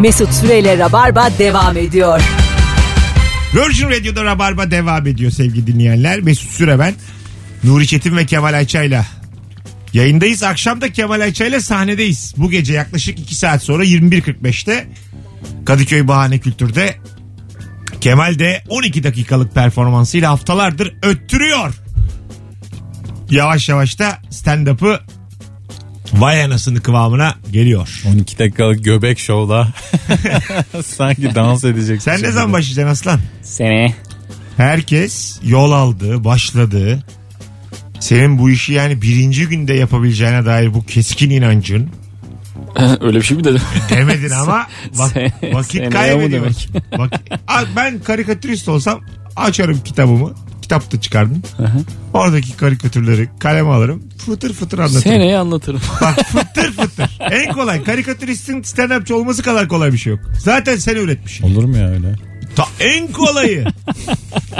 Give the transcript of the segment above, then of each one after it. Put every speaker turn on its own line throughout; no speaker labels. Mesut Süreyle Rabarba devam ediyor.
Virgin Radio'da Rabarba devam ediyor sevgili dinleyenler. Mesut Süre ben. Nuri Çetin ve Kemal Ayça'yla yayındayız. Akşam da Kemal Ayça'yla sahnedeyiz. Bu gece yaklaşık 2 saat sonra 21.45'te Kadıköy Bahane Kültür'de Kemal de 12 dakikalık performansıyla haftalardır öttürüyor. Yavaş yavaş da stand-up'ı vay anasını kıvamına geliyor.
12 dakikalık göbek şovla sanki dans edecek.
Sen ne zaman başlayacaksın aslan?
Seni.
herkes yol aldı, başladı. Senin bu işi yani birinci günde yapabileceğine dair bu keskin inancın
Öyle bir şey mi dedim?
demedin ama vak-
Sen-
vakit
seneye bu
kaybediyorsun.
demek.
Bak, a- ben karikatürist olsam açarım kitabımı. Kitap da çıkardım. Oradaki karikatürleri kaleme alırım. Fıtır fıtır anlatırım.
Seneye anlatırım.
Bak fıtır fıtır. En kolay. Karikatüristin stand-upçı olması kadar kolay bir şey yok. Zaten sen üretmişsin.
Olur mu ya öyle?
Ta en kolayı.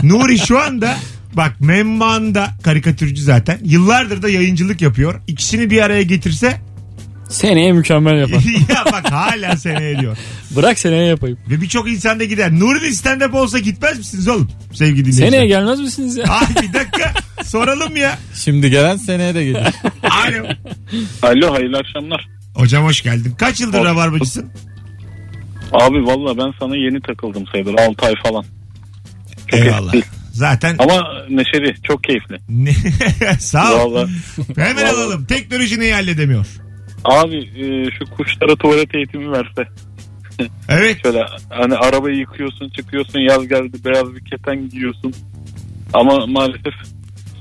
Nuri şu anda bak Memman'da karikatürcü zaten. Yıllardır da yayıncılık yapıyor. İkisini bir araya getirse
Seneye mükemmel yapar.
ya bak hala seneye diyor.
Bırak seneye yapayım.
Ve birçok insan da gider. Nuri'nin stand-up olsa gitmez misiniz oğlum sevgili dinleyiciler?
Seneye gelmez misiniz ya?
Ay bir dakika soralım ya.
Şimdi gelen seneye de gelir.
Alo.
Alo hayırlı akşamlar.
Hocam hoş geldin. Kaç yıldır
Hoş-
rabarbacısın?
Abi valla ben sana yeni takıldım sayılır 6 ay falan. Çok
Eyvallah.
eski.
Zaten
Ama neşeli çok keyifli.
ne... sağ ol.
Valla.
Hemen
Vallahi.
alalım. Teknoloji neyi halledemiyor?
Abi e, şu kuşlara tuvalet eğitimi verse.
Evet.
Şöyle hani arabayı yıkıyorsun çıkıyorsun yaz geldi beyaz bir keten giyiyorsun. Ama maalesef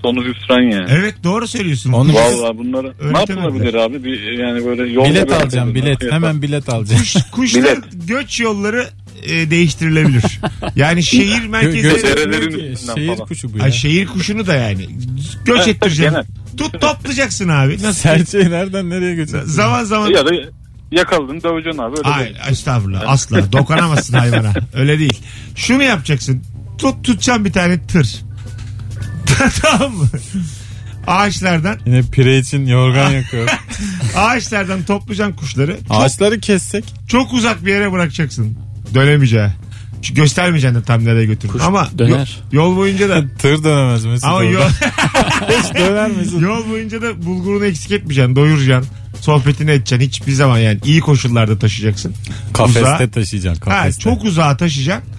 sonu hüsran yani.
Evet doğru söylüyorsun.
Onu-
Valla bunlara ne
Öğretemediler.
yapılabilir abi? Bir, yani böyle yolda
bilet
bırakılır.
alacağım bilet.
Nasıl
Hemen bilet alacağım.
kuş, kuşların göç yolları e, değiştirilebilir. Yani şehir
Gö-
merkezleri...
göç-
göstermiyor ki.
üstünden
Şehir
falan.
kuşu bu ya.
Ay, şey şehir kuşunu da yani. Göç
Evet,
ettireceksin.
genel.
Tut toplayacaksın abi. Nasıl?
Serçeyi nereden nereye götürdün?
Zaman zaman...
Ya da yakaladın döveceksin abi. Öyle
Ay
değil.
estağfurullah asla dokunamazsın hayvana. Öyle değil. Şunu yapacaksın. Tut tutacaksın bir tane tır. tamam mı? Ağaçlardan
Yine pire için yorgan yakıyor.
ağaçlardan toplayacaksın kuşları.
Ağaçları kessek.
Çok uzak bir yere bırakacaksın. Dönemeyeceği. Çünkü Göstermeyeceksin de tam nereye götürdün. Ama yo-
döner.
yol boyunca da
Tır dönemez Mesut.
Ama
orada.
yol,
Hiç döner Mesut.
yol boyunca da bulgurunu eksik etmeyeceksin. Doyuracaksın. Sohbetini edeceksin. Hiçbir zaman yani iyi koşullarda taşıyacaksın. Uzağa-
Kafeste taşıyacaksın
Ha,
kafeste.
çok uzağa taşıyacaksın.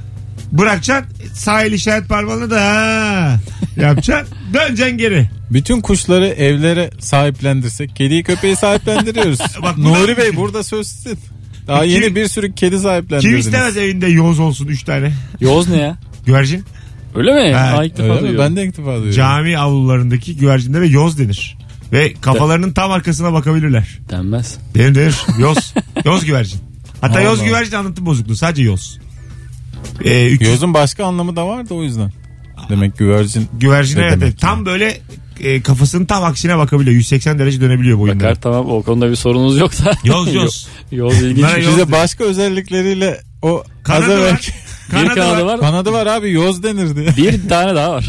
Bırakacaksın. Sahil işaret parmağını da ha yapacaksın. Döneceksin geri.
Bütün kuşları evlere sahiplendirsek kediyi köpeği sahiplendiriyoruz.
Bak bu da-
Nuri Bey burada söz sizin. Daha
Kim-
yeni bir sürü kedi sahiplendirdiniz.
Kim istemez evinde yoz olsun 3 tane.
Yoz ne ya?
Güvercin.
Öyle mi?
Ha,
Ha, ilk defa
Öyle mi?
duyuyorum.
Ben de ilk defa duyuyorum.
Cami avlularındaki güvercinlere yoz denir. Ve kafalarının tam arkasına bakabilirler.
Denmez.
Denir denir. Yoz. Yoz güvercin. Hatta yoz
Allah.
güvercin anlatım bozukluğu. Sadece yoz. Ee, üç-
Yozun başka anlamı da vardı o yüzden. Demek güvercin
Güvercin
Ne
evet.
demek
Tam böyle e, kafasının tam aksine bakabiliyor. 180 derece dönebiliyor boyunda.
Bakar tamam o konuda bir sorunuz yoksa.
Yoz yoz.
Yoz ilginç.
Bunlara
bir şey.
yoz-
Bize başka özellikleriyle o az
Kanadı
evvel
var.
Bir kanadı var.
kanadı var abi yoz denirdi.
Bir tane daha var.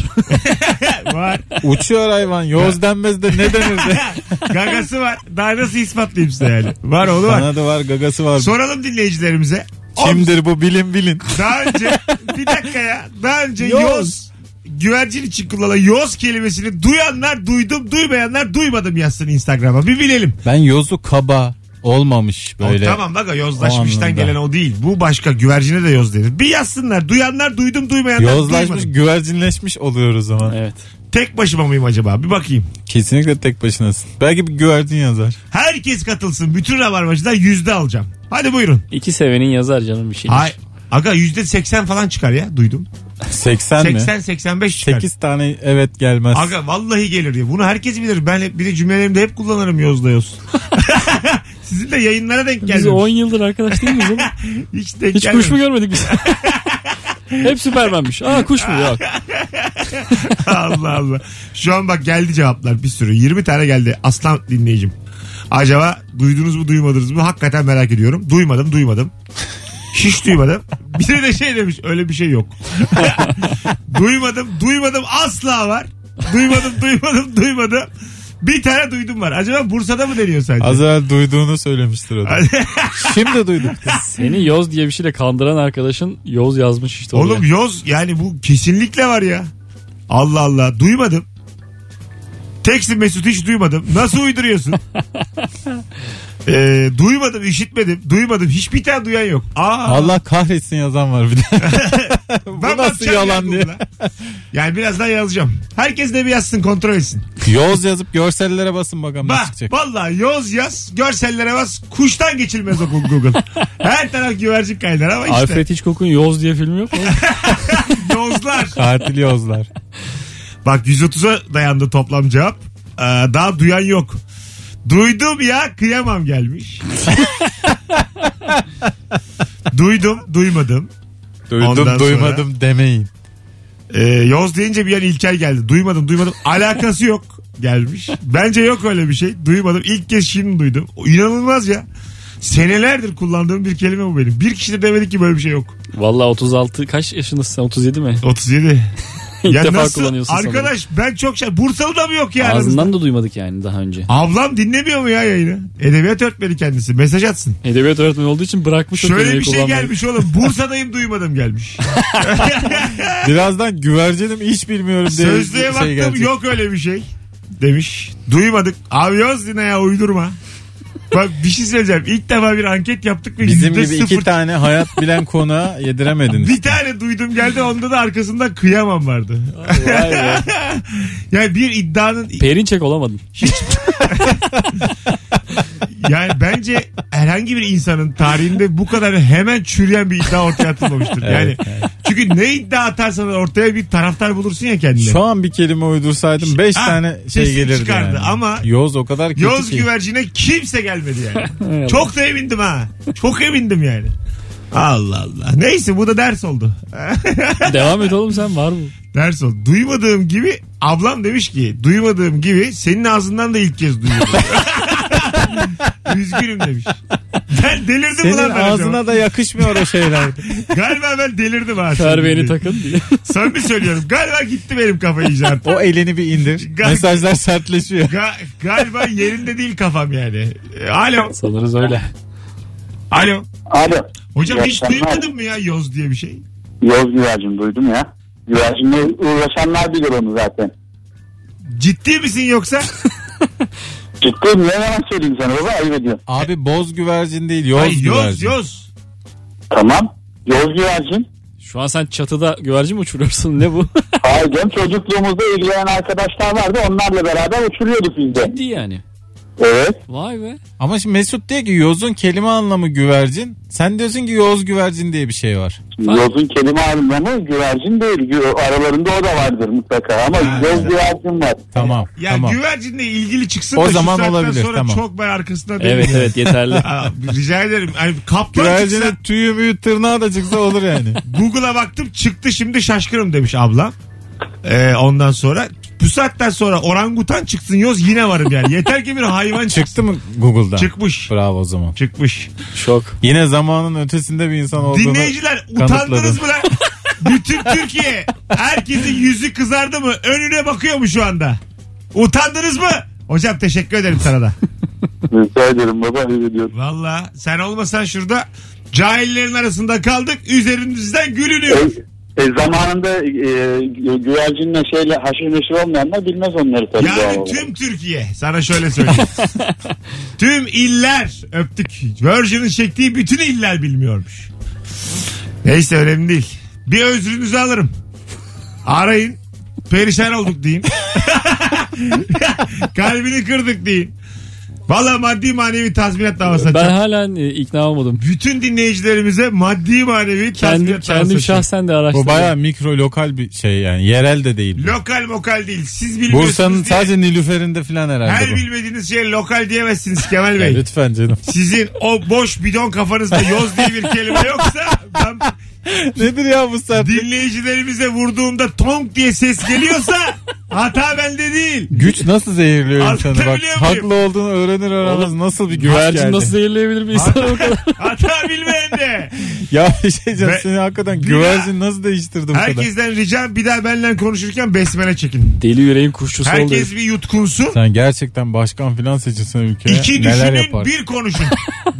var.
Uçuyor hayvan yoz denmez de ne denirdi?
Gagası var. Daha nasıl ispatlayayım size yani. Var oğlu var.
kanadı var gagası var.
Soralım dinleyicilerimize. Oğlum,
Kimdir bu bilin bilin.
Daha önce bir dakika ya. Daha önce yoz.
Yoz.
güvercin için kullanılan yoz kelimesini duyanlar duydum, duymayanlar duymadım yazsın Instagram'a. Bir bilelim.
Ben yozu kaba olmamış
O,
böyle.
tamam bak yozlaşmıştan
anlamda.
gelen o değil. Bu başka güvercine de yoz denir. Bir yazsınlar. Duyanlar duydum, duymayanlar
Yozlaşmış
duymadım.
güvercinleşmiş oluyor o zaman.
Evet.
Tek başıma mıyım acaba? Bir bakayım.
Kesinlikle tek başınasın. Belki bir güvercin yazar.
Herkes katılsın. Bütün rabarbacıdan yüzde alacağım. Hadi buyurun.
İki sevenin yazar canım bir şey.
Ay, aga yüzde seksen falan çıkar ya duydum.
80, mi?
80-85 çıkar.
8 tane evet gelmez.
Aga vallahi gelir ya. Bunu herkes bilir. Ben hep, bir de cümlelerimde hep kullanırım yozla yoz. Sizin de yayınlara denk
Biz
gelmemiş.
10 yıldır arkadaş değil miyiz oğlum?
Hiç denk
Hiç
gelmemiş.
kuş mu görmedik biz? Hep Süpermen'miş. Aa kuş mu? Yok.
Allah Allah. Şu an bak geldi cevaplar bir sürü. 20 tane geldi. Aslan dinleyicim. Acaba duydunuz mu duymadınız mı? Hakikaten merak ediyorum. Duymadım duymadım. Hiç duymadım. Biri de şey demiş öyle bir şey yok. duymadım duymadım asla var. Duymadım duymadım duymadım. Bir tane duydum var. Acaba Bursa'da mı deniyor sence?
Az evvel duyduğunu söylemiştir o da. Şimdi duydum.
Seni Yoz diye bir şeyle kandıran arkadaşın Yoz yazmış işte
Oğlum
oraya.
yoz yani bu kesinlikle var ya. Allah Allah duymadım. Teksin Mesut hiç duymadım. Nasıl uyduruyorsun? Ee, duymadım, işitmedim, duymadım. Hiçbir tane duyan yok. Aa,
Allah kahretsin yazan var bir de. Bu
ben
nasıl
bakacağım ya
yalan diye.
Google'a. Yani birazdan yazacağım. Herkes de bir yazsın, kontrol etsin.
Yoz yazıp görsellere basın bakalım ne
Bak,
çıkacak.
vallahi yoz yaz, görsellere bas. Kuştan geçilmez o Google. Her taraf güvercin kaynar ama işte.
Alfred Hitchcock'un Yoz diye filmi yok mu?
Yozlar.
Katil Yozlar.
Bak 130'a dayandı toplam cevap. Ee, daha duyan yok. Duydum ya kıyamam gelmiş. Duydum duymadım.
Duydum
Ondan
duymadım demeyin.
Ee, yoz deyince bir an İlker geldi. Duymadım duymadım. Alakası yok gelmiş. Bence yok öyle bir şey. Duymadım. İlk kez şimdi duydum. İnanılmaz ya. Senelerdir kullandığım bir kelime bu benim. Bir kişi de demedi ki böyle bir şey yok.
Valla 36 kaç yaşındasın sen 37 mi?
37.
İlk defa kullanıyorsun sanırım.
Arkadaş ben çok şey. Bursalı'da mı yok yani?
Ağzından da duymadık yani daha önce.
Ablam dinlemiyor mu ya yayını? Edebiyat öğretmeni kendisi. Mesaj atsın.
Edebiyat öğretmeni olduğu için bırakmış o
Şöyle
kelimeyi
bir şey
kullanmayı.
gelmiş oğlum. Bursa'dayım duymadım gelmiş.
Birazdan güvercinim hiç bilmiyorum diye bir
Sözlüğe
şey
baktım
gelecek.
yok öyle bir şey. Demiş. Duymadık. Abi yoz yine ya uydurma. Bak bir şey söyleyeceğim. İlk defa bir anket yaptık ve
Bizim
yüzde
gibi iki
sıfır-
tane hayat bilen konuğa yediremediniz.
Bir tane duydum geldi onda da arkasında kıyamam vardı.
Vay be.
Yani bir iddianın
Perinçek olamadın.
yani bence herhangi bir insanın tarihinde bu kadar hemen çürüyen bir iddia ortaya atılmamıştır. Yani çünkü ne iddia atarsan ortaya bir taraftar bulursun ya kendine.
Şu an bir kelime uydursaydım 5
Ha,
tane şey
sesim
gelirdi
çıkardı
yani.
ama-
Yoz o kadar kötü
Yoz
ki.
güvercine kimse gelmedi yani. Çok da emindim ha. Çok emindim yani. Allah Allah. Neyse bu da ders oldu.
Devam et oğlum sen var mı?
ders oldu. Duymadığım gibi ablam demiş ki duymadığım gibi senin ağzından da ilk kez duyuyorum. Üzgünüm demiş. Ben delirdim
Senin
ulan ben acaba.
ağzına da yakışmıyor o şeyler.
Galiba ben delirdim ha.
Terbiyeni takın diye.
Sen mi söylüyorum? Galiba gitti benim kafayı iyice artık.
o elini bir indir.
Gal-
Mesajlar sertleşiyor.
Ga- galiba yerinde değil kafam yani. E, Alo.
Sanırız öyle.
Alo.
Alo.
Hocam
İyi
hiç
akşamlar.
duymadın mı ya yoz diye bir şey?
Yoz güvercin duydum ya. Güvercinle uğraşanlar bilir onu zaten.
Ciddi misin yoksa?
Ciddi niye yalan söyleyeyim sana baba ayıp ediyorum.
Abi boz güvercin değil yoz
Ay, yoz
güvercin.
yoz.
Tamam. Yoz güvercin.
Şu an sen çatıda güvercin mi uçuruyorsun ne bu?
Hayır canım çocukluğumuzda ilgilenen arkadaşlar vardı onlarla beraber uçuruyorduk biz de.
Ciddi yani.
Evet.
Vay be.
Ama şimdi Mesut diyor ki yozun kelime anlamı güvercin. Sen diyorsun ki yoz güvercin diye bir şey var.
Yozun kelime anlamı güvercin değil. Gü- Aralarında o da vardır mutlaka ama yoz güvercin var.
Tamam.
Ya
tamam.
güvercinle ilgili çıksın
O
da şu
zaman
saatten
olabilir,
sonra
tamam.
çok ben arkasında değilim.
Evet evet yeterli.
Aa, rica ederim. Yani kaplan çıksa
Güvercinin tüyü müyü tırnağı da çıksa olur yani.
Google'a baktım çıktı şimdi şaşkınım demiş abla. Ee, ondan sonra bu saatten sonra orangutan çıksın yoz yine varım yani. Yeter ki bir hayvan çıksın.
Çıktı mı Google'da?
Çıkmış.
Bravo o zaman.
Çıkmış.
Şok.
Yine zamanın ötesinde bir insan olduğunu
Dinleyiciler utandınız
kanıtladım.
mı lan? Bütün Türkiye herkesin yüzü kızardı mı? Önüne bakıyor mu şu anda? Utandınız mı? Hocam teşekkür ederim sana da.
Rica ederim baba ayıp ediyorum.
Valla sen olmasan şurada cahillerin arasında kaldık. Üzerimizden gülünüyor.
E, zamanında e, gü- güvercinle şeyle haşır neşir olmayanlar bilmez onları tabii. doğal
Yani
olarak.
tüm Türkiye sana şöyle söyleyeyim. tüm iller öptük. Virgin'in çektiği bütün iller bilmiyormuş. Neyse önemli değil. Bir özrünüzü alırım. Arayın. Perişan olduk deyin. Kalbini kırdık deyin. Valla maddi manevi tazminat davası
Ben
açacağım.
halen e, ikna olmadım.
Bütün dinleyicilerimize maddi manevi
Kendim,
tazminat davası
kendim
açacağım.
şahsen de
Bu
araştırdım.
baya mikro lokal bir şey yani. Yerel de değil.
Lokal mokal değil. Siz bilmiyorsunuz
Bursa'nın
diye
sadece Nilüfer'inde falan herhalde
her
bu.
bilmediğiniz şeye lokal diyemezsiniz Kemal
Ya
Bey.
lütfen canım.
sizin o boş bidon kafanızda yoz diye bir kelime yoksa ben
Nedir ya bu saat?
dinleyicilerimize vurduğumda tonk diye ses geliyorsa hata bende değil.
Güç nasıl zehirliyor insanı bak.
Anlatabiliyor muyum?
Haklı olduğunu öğrenir öğrenmez
Oğlum,
nasıl bir güvercin
Güvercin nasıl zehirleyebilir bir insan o kadar?
Hata bilmeyen de.
ya bir şey diyeceğim
Ve-
seni hakikaten
Bir
güvercin nasıl değiştirdim bu kadar.
Herkesten ricam bir daha benimle konuşurken besmele çekin.
Deli yüreğin kuşçusu oldu.
Herkes bir yutkunsun.
Sen gerçekten başkan filan seçilsin ülkeye
İki
neler
düşünün
yapar.
bir konuşun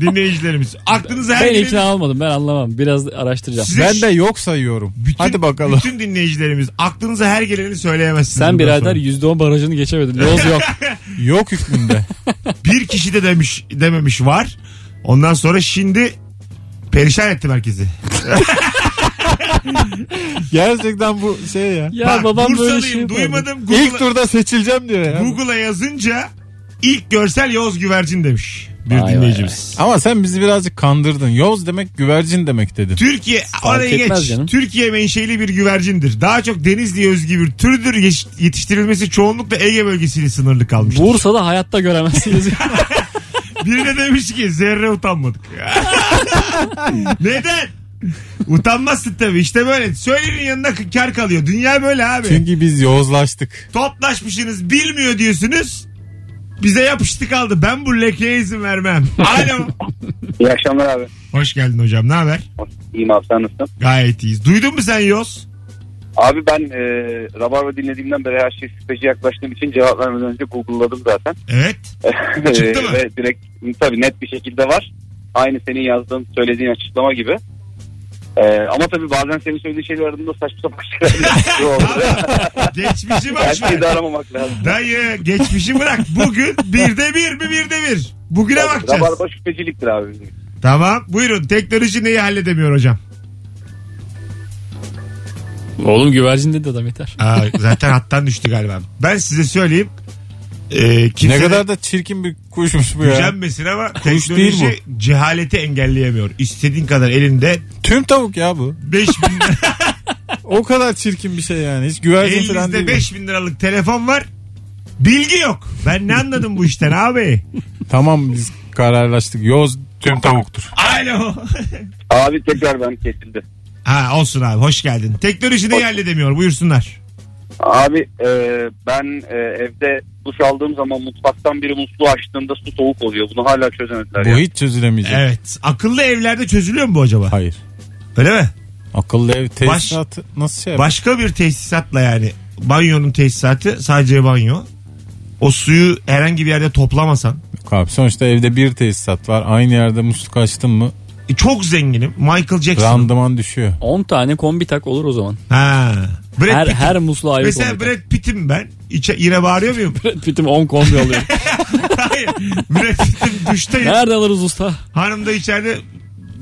dinleyicilerimiz. Aklınıza her şey-
Ben
gelen-
ikna olmadım ben anlamam. Biraz araştıracağım.
Size
Ben de yok sayıyorum.
bütün-
Hadi bakalım.
Bütün dinleyicilerimiz aklınıza her geleni söyleyemezsiniz.
Sen
bundan
birader
sonra.
%10 barajını geçemedin. Yoz yok.
Yok hükmünde.
Bir kişi de demiş dememiş var. Ondan sonra şimdi perişan ettim herkesi.
Gerçekten bu şey ya.
Ya
Bak,
babam böyle
Bursalıyım,
şey yapardı.
duymadım. Google'a-
İlk turda seçileceğim diyor ya.
Google'a yazınca ilk görsel Yoz Güvercin demiş bir
Vay vay
dinleyicimiz.
Ama sen bizi birazcık kandırdın. Yoz demek güvercin demek dedin.
Türkiye oraya
etmez
geç.
canım.
Türkiye menşeli bir güvercindir. Daha çok Denizli'ye özgü bir türdür. Yeş- Yetiştirilmesi çoğunlukla Ege bölgesiyle sınırlı kalmıştır.
Bursa'da hayatta göremezsiniz.
Biri de demiş ki zerre utanmadık. Neden? Utanmazsın tabii. İşte böyle. Söylenin yanında kar kalıyor. Dünya böyle abi.
Çünkü biz yozlaştık.
Toplaşmışsınız bilmiyor diyorsunuz. Bize yapıştı kaldı. Ben bu lekeye izin vermem. Alo.
İyi akşamlar abi.
Hoş geldin hocam. Ne haber?
İyiyim abi sen nasılsın?
Gayet iyiyiz. Duydun mu sen Yoz?
Abi ben e, Rabarba dinlediğimden beri her şey şüpheci yaklaştığım için cevap vermeden önce Google'ladım zaten.
Evet. E, Çıktı mı?
Ve direkt tabii net bir şekilde var. Aynı senin yazdığın söylediğin açıklama gibi. E, ama tabii bazen senin söylediğin şeyler arasında saçma sapan şeyler oldu.
Geçmişi
Her
boş ver.
şeyi de aramamak lazım.
Dayı geçmişi bırak. Bugün birde bir mi birde bir. Bugüne bakacağız.
Rabarba şüpheciliktir abi bizim.
Tamam. Buyurun. Teknoloji neyi halledemiyor hocam?
Oğlum güvercin dedi adam yeter.
Aa, zaten hattan düştü galiba. Ben size söyleyeyim. Ee, kimse
Ne
de
kadar da çirkin bir kuşmuş bu ya.
gücenmesin ama
Kuş değil
teknoloji cehaleti engelleyemiyor. İstediğin kadar elinde
Tüm tavuk ya bu.
5000
O kadar çirkin bir şey yani. Hiç güvercin falan değil.
elinizde
bu.
5000 liralık telefon var. Bilgi yok. Ben ne anladım bu işten abi?
Tamam biz kararlaştık. Yoz tüm tavuktur.
Alo.
Abi tekrar ben kesildi.
Ha olsun abi hoş geldin. Teknoloji neyi halledemiyor? Buyursunlar.
Abi e, ben e, evde duş aldığım zaman mutfaktan biri musluğu açtığında su soğuk oluyor. Bunu hala çözemediler.
Bu
ya.
hiç çözülemeyecek.
Evet. Akıllı evlerde çözülüyor mu bu acaba?
Hayır.
Öyle mi?
Akıllı ev tesisatı nasıl şey yapar?
Başka bir tesisatla yani banyonun tesisatı sadece banyo. O suyu herhangi bir yerde toplamasan.
Yok abi. Sonuçta evde bir tesisat var. Aynı yerde musluk açtın mı
E, çok zenginim. Michael Jackson.
randıman düşüyor.
10 tane kombi tak olur o zaman.
Ha. Brad
Her
Pitt.
her musluğa ayrı
Mesela
kombi tak.
Brad Pitt'im ben. İçe, yine bağırıyor muyum?
Brad Pitt'im 10 kombi alıyor.
Hayır. Brad Pitt'im duştayım.
Nerede alırız usta?
Hanım da içeride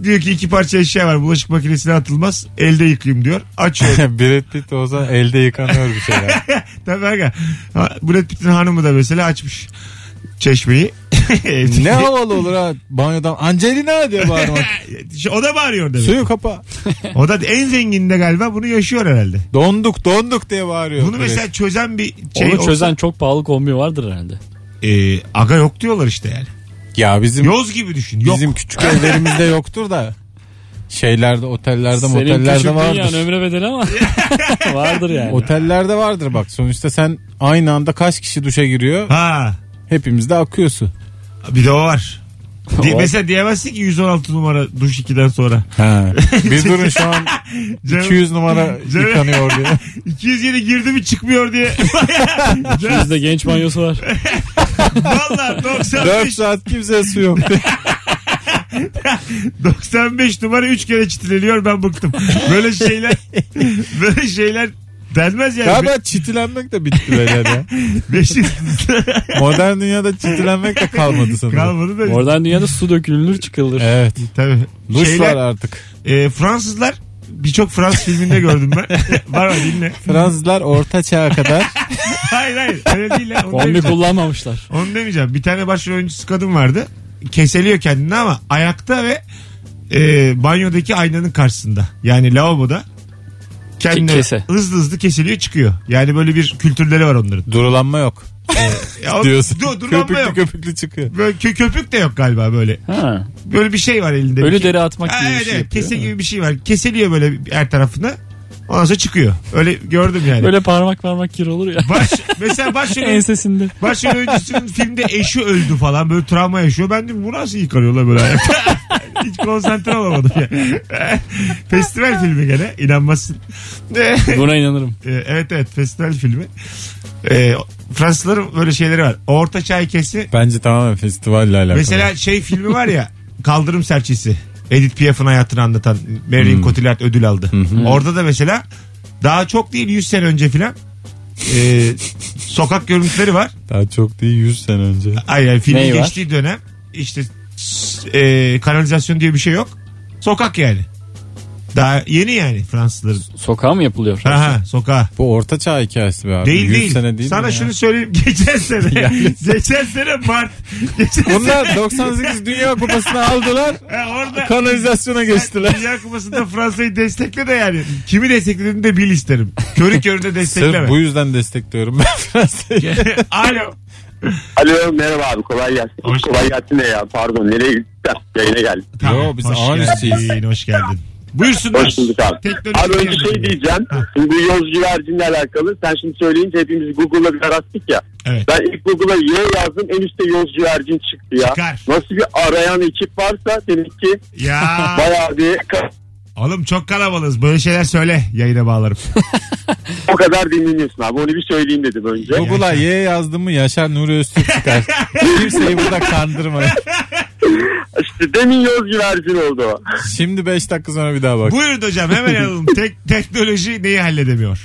diyor ki iki parça eşya var. Bulaşık makinesine atılmaz. Elde yıkayayım diyor. Açıyor.
Brad Pitt olsa elde yıkanıyor bir şeyler.
Tabii aga. Ha, Brad Pitt'in hanımı da mesela açmış çeşmeyi.
ne havalı olur ha banyodan Angelina diye bağırmak.
o da bağırıyor demek.
Suyu kapa.
O da en zengin de galiba bunu yaşıyor herhalde.
Donduk donduk diye bağırıyor.
Bunu
Brad.
mesela çözen bir şey
Onu çözen çok pahalı kombi vardır herhalde.
olsa, e, aga yok diyorlar işte yani.
Ya bizim
Yoz gibi düşün. Yok.
bizim küçük evlerimizde yoktur da şeylerde otellerde
Senin
motellerde
küçüklüğün
vardır.
yani ömre bedeli ama vardır yani.
Otellerde vardır bak sonuçta sen aynı anda kaç kişi duşa giriyor
Ha.
hepimiz de akıyorsun.
Bir de o var. Di-
O-
mesela diyemezsin ki 116 numara duş 2'den sonra.
Ha. Bir durun şu an 200 numara
Canım.
yıkanıyor diye.
207 girdi mi çıkmıyor diye.
Bizde genç banyosu var.
Valla
4
95,
saat kimseye su yok.
95 numara 3 kere çitileniyor ben bıktım. Böyle şeyler böyle şeyler denmez yani.
Galiba çitilenmek de bitti böyle ya.
Beşik
Modern dünyada çitilenmek de kalmadı sanırım.
kalmadı da.
Oradan dünyada su dökülür çıkılır.
Evet.
Tabii.
Duş
Şeyler-
var artık.
E, Fransızlar birçok Fransız filminde gördüm ben. var var dinle.
Fransızlar orta çağa kadar
Hayır hayır öyle değil. ya. Onu,
Kombi
demeyeceğim.
kullanmamışlar.
Onu demeyeceğim. Bir tane başrol oyuncusu kadın vardı. Keseliyor kendini ama ayakta ve e, banyodaki aynanın karşısında. Yani lavaboda. Kendine
Kese.
hızlı hızlı kesiliyor çıkıyor. Yani böyle bir kültürleri var onların.
durulanma yok
Ya o-
diyorsun.
Dur, dur,
köpüklü
yok.
köpüklü çıkıyor.
Böyle kö- köpük de yok galiba böyle.
Ha.
Böyle bir şey var elinde.
Ölü
Bir şey-
deri atmak
Ha,
gibi bir
evet,
şey
evet.
yapıyor.
Kese gibi bir şey var. Kesiliyor böyle her tarafına. Ondan sonra çıkıyor. Öyle gördüm yani.
Böyle parmak parmak kir olur ya.
Baş, mesela başrol,
Ensesinde.
başrol oyuncusunun filmde eşi öldü falan böyle travma yaşıyor. Ben dedim bu nasıl yıkanıyorlar böyle ayakta? Hiç konsantre olamadım ya. festival filmi gene inanmazsın.
Buna inanırım.
Ee, evet evet festival filmi. Ee, Fransızların böyle şeyleri var. Orta çay kesi.
Bence tamamen festivalle alakalı.
Mesela şey filmi var ya Kaldırım Serçesi. Edith Piaf'ın hayatını anlatan
Hmm.
Marion Cotillard ödül aldı. Orada da mesela daha çok değil 100 sene önce filan ee, sokak görüntüleri var.
Daha çok değil 100 sene önce.
Hayır yani filmin
Neyi var?
geçtiği dönem işte s- e, kanalizasyon diye bir şey yok. Sokak yani. Daha yeni yani Fransızların.
Sokağa mı yapılıyor?
Aha sokağa.
Bu orta çağ hikayesi be abi.
Değil
100
değil.
sene değil
Sana
mi ya?
şunu söyleyeyim. Geçen sene. geçen sene Mart. Geçen
Bunlar 98 Dünya Kupası'nı aldılar.
sene orada.
Kanalizasyona geçtiler.
Dünya Kupası'nda Fransa'yı destekle de yani. Kimi desteklediğini de bil isterim. Körü körüne destekleme.
Sırf bu yüzden destekliyorum ben Fransa'yı.
Alo.
Alo merhaba abi kolay gelsin.
Hoş-
kolay gelsin ne ya pardon nereye gittin? Yayına geldim.
Yo, biz ağır üstüyüz.
geldin. Hoş geldin. Buyursunlar.
Hoş bulduk abi.
Teknoloji
abi önce
geldi.
şey diyeceğim.
Ha.
Şimdi bu yoz güvercinle alakalı. Sen şimdi söyleyince hepimiz Google'la bir arattık ya.
Evet.
Ben ilk Google'a Y yazdım en üstte yoz güvercin çıktı ya.
Çıkar.
Nasıl bir arayan ekip varsa demek ki
Ya.
bayağı bir
Oğlum çok kalabalığız. Böyle şeyler söyle. Yayına bağlarım.
o kadar dinleniyorsun abi. Onu bir söyleyeyim dedim önce.
Google'a Y yazdım mı Yaşar Nuri Öztürk çıkar. Kimseyi burada kandırma.
İşte demin yoz güvercin oldu o.
Şimdi 5 dakika sonra bir daha bak.
Buyurun hocam hemen alalım. Tek, teknoloji neyi halledemiyor?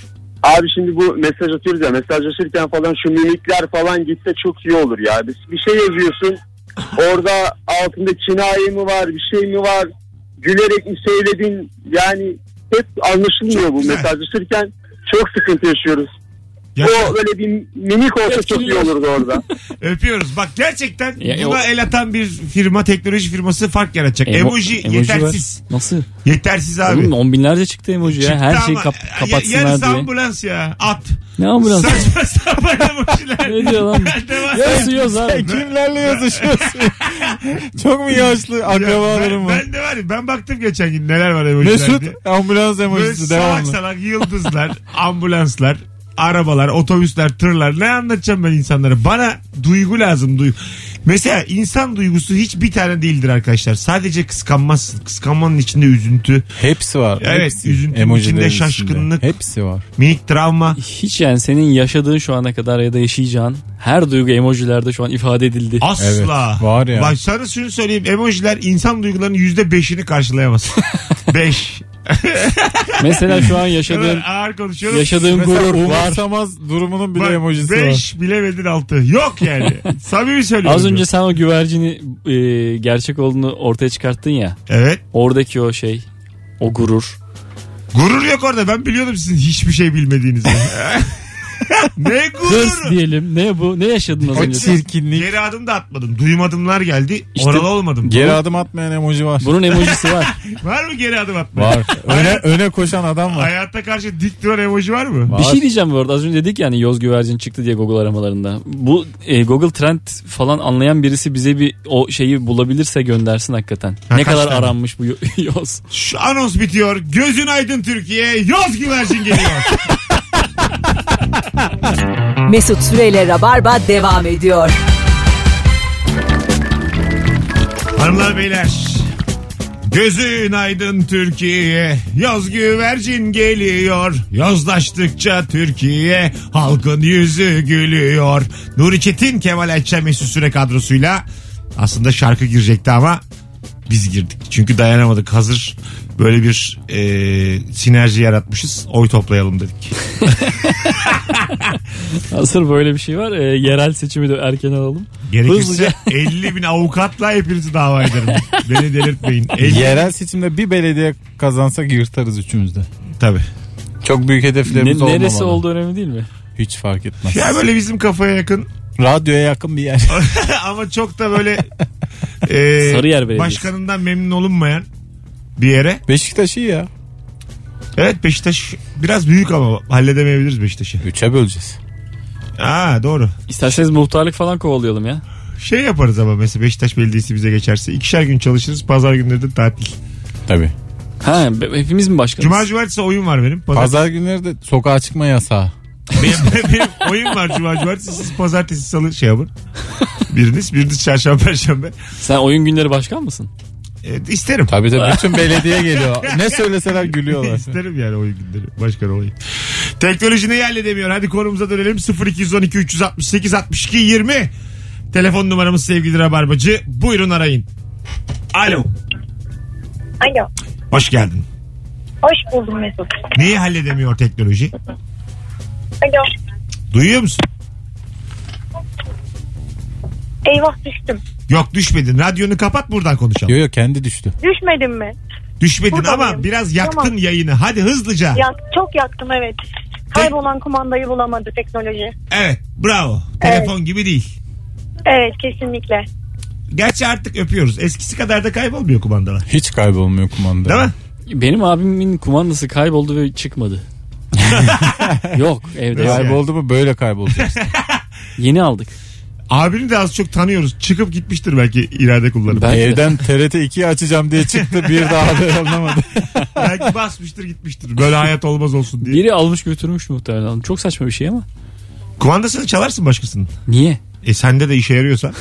Abi şimdi bu mesaj atıyoruz ya mesajlaşırken falan şu mimikler falan gitse çok iyi olur ya. Bir, bir şey yazıyorsun orada altında kinaye mi var bir şey mi var gülerek mi söyledin yani hep anlaşılmıyor
Çok
bu
güzel.
mesajlaşırken çok sıkıntı yaşıyoruz.
Ya,
O böyle bir mimik olsa çok iyi olurdu orada.
öpüyoruz. Bak gerçekten
Ya,
buna
o-
el atan bir firma teknoloji firması fark yaratacak.
Emo-
emoji,
emoji
yetersiz.
var. Nasıl?
Yetersiz abi.
Oğlum on binlerce çıktı emoji ya. Her
Çıktı
şeyi
ama-
kap-
Ya-
kapatsınlar
Yarısı
diye.
ambulans ya. At.
Ne ambulans?
Saçma sapan emojiler.
Ne diyor lan?
Devam.
Yarısı yoz abi.
Sen kimlerle yazışıyorsun? Çok mu yaşlı
Ya
akrabalarım
ben,
var?
ben de var ya ben baktım geçen gün neler var emojiler diye.
Mesut ambulans
Böyle
emojisi
salak
devamlı.
salak yıldızlar, ambulanslar, arabalar, otobüsler, tırlar. Ne anlatacağım ben insanlara? Bana duygu lazım. Duygu. Mesela insan duygusu hiç bir tane değildir arkadaşlar. Sadece kıskanmazsın. Kıskanmanın içinde üzüntü,
Hepsi var.
Evet,
hepsi.
üzüntünün
Emojilerin
içinde
içinde.
şaşkınlık.
Hepsi var.
minik travma.
Hiç yani senin yaşadığın şu ana kadar ya da yaşayacağın her duygu emojilerde şu an ifade edildi.
Asla.
Evet, var ya.
Bak sana şunu söyleyeyim. Emojiler insan duygularının yüzde beşini karşılayamaz. Beş.
Mesela şu an
Ne
yaşadığın
kadar Ağır konuşuyorum.
yaşadığın
Mesela
gurur var.
umursamaz durumunun bile
Bak,
emojisi var.
beş bilemedin altı. Yok yani. Samimi söylüyorum.
Az önce sen o güvercini e, gerçek olduğunu ortaya çıkarttın ya.
Evet.
Oradaki o şey, o gurur.
Gurur yok orada. Ben biliyordum sizin hiçbir şey bilmediğinizi. ne
Hırs
gururu?
diyelim. Ne bu? Ne yaşadın az
O
önce? sen?
çirkinlik.
Geri adım da atmadım. Duymadımlar geldi.
İşte
Oralı olmadım.
Geri adım atmayan emoji var.
Bunun emojisi var.
Var mı geri adım atma?
Var. Öne, öne koşan adam var.
Hayata karşı dik duran emoji var mı?
Var.
Bir şey diyeceğim bu arada. Az önce dedik yani yoz güvercin çıktı diye Google aramalarında. Bu e, Google Trend falan anlayan birisi bize bir o şeyi bulabilirse göndersin hakikaten.
Ha,
ne
kaç
kadar
tane?
aranmış bu yo- yoz.
Şu anons bitiyor. Gözün aydın Türkiye. Yoz güvercin geliyor.
Mesut Süreyle Rabarba devam ediyor.
Hanımlar beyler. Gözün aydın Türkiye, yaz güvercin geliyor. Yazlaştıkça Türkiye, halkın yüzü gülüyor. Nuri Çetin, Kemal Ayça, Mesut Süre kadrosuyla aslında şarkı girecekti ama biz girdik. Çünkü dayanamadık. Hazır böyle bir e, sinerji yaratmışız. Oy toplayalım dedik.
Asıl böyle bir şey var. E, yerel seçimi de erken alalım.
Gerekirse
Hızlıca.
50 bin avukatla hepinizi dava ederim. Beni delirtmeyin. 50,
Yerel seçimde bir belediye kazansak yırtarız üçümüz de.
Tabii.
Çok büyük
Ne-
hedeflerimiz olmamalı.
neresi olduğu önemli değil mi?
Hiç fark etmez.
Ya böyle bizim kafaya yakın
Radyoya yakın bir yer.
ama çok da böyle e,
Sarıyer Belediyesi.
başkanından memnun olunmayan bir yere.
Beşiktaş iyi ya.
Evet Beşiktaş biraz büyük ama halledemeyebiliriz Beşiktaş'ı.
Üçe böleceğiz.
Aa doğru.
İsterseniz muhtarlık falan kovalayalım ya.
Şey yaparız ama mesela Beşiktaş Belediyesi bize geçerse ikişer gün çalışırız pazar günleri de tatil.
Tabii.
Ha, be- hepimiz mi başkanız?
Cuma cumartesi oyun var benim. Pazar-
Pazar günleri de sokağa çıkma yasağı.
benim, benim oyun var cuma cumartesi. Siz pazartesi salı şey yapın. Biriniz, biriniz çarşamba perşembe.
Sen oyun günleri başkan mısın?
Evet, isterim.
Tabii tabii bütün belediye geliyor. Ne söyleseler gülüyorlar.
İsterim yani o günleri. Başka ne olayım. Teknoloji neyi halledemiyor? Hadi konumuza dönelim. 0212 368 62 20. Telefon numaramız sevgili Rabarbacı. Buyurun arayın. Alo.
Alo.
Hoş geldin.
Hoş buldum Mesut.
Neyi halledemiyor teknoloji?
Alo.
Duyuyor musun?
Eyvah düştüm.
Yok düşmedin. Radyonu kapat buradan konuşalım.
Yok yok kendi düştü.
Düşmedim mi?
Düşmedin
Burada
ama
mıyım?
biraz yaktın
Tamam.
yayını. Hadi hızlıca.
Yak, çok yaktım evet. Kaybolan kumandayı bulamadı teknoloji.
Evet. Bravo. Telefon gibi değil.
Evet kesinlikle.
Gerçi artık öpüyoruz. Eskisi kadar da kaybolmuyor kumandalar.
Hiç kaybolmuyor kumanda.
Değil mi?
Benim abimin kumandası kayboldu ve çıkmadı. Yok evde.
Nasıl?
E, Kayboldu mu böyle kaybolacak.
Yeni aldık.
Abini de az çok tanıyoruz. Çıkıp gitmiştir belki irade kullanıp.
Ben- Belki de.
Evden TRT 2'yi açacağım diye çıktı bir daha haber alınamadı.
belki basmıştır gitmiştir. Böyle hayat olmaz olsun diye.
Biri almış götürmüş muhtemelen. Çok saçma bir şey ama.
Kumandasını çalarsın başkasının.
Niye?
E sende de işe yarıyorsa.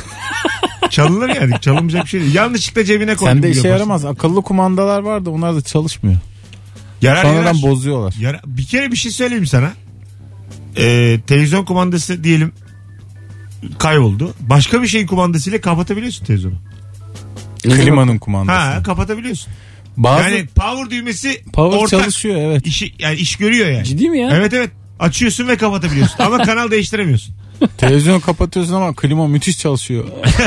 Çalınır yani. Çalınmayacak bir şey değil. Yanlışlıkla cebine koydum.
Sende işe
yaparsın.
yaramaz. Akıllı kumandalar var da onlar da çalışmıyor.
Yarar yarar.
Sonradan bozuyorlar.
Yara- bir kere bir şey söyleyeyim sana. Ee, televizyon kumandası diyelim kayboldu. Başka bir şeyin kumandasıyla kapatabiliyorsun televizyonu.
Klimanın
Ha
kumandası.
kapatabiliyorsun.
Bazı
Yani power düğmesi
power
ortak
çalışıyor evet.
işi yani iş görüyor yani.
Ciddi mi ya?
Evet evet. Açıyorsun ve kapatabiliyorsun. Ama kanal değiştiremiyorsun.
Televizyonu kapatıyorsun ama klima müthiş çalışıyor.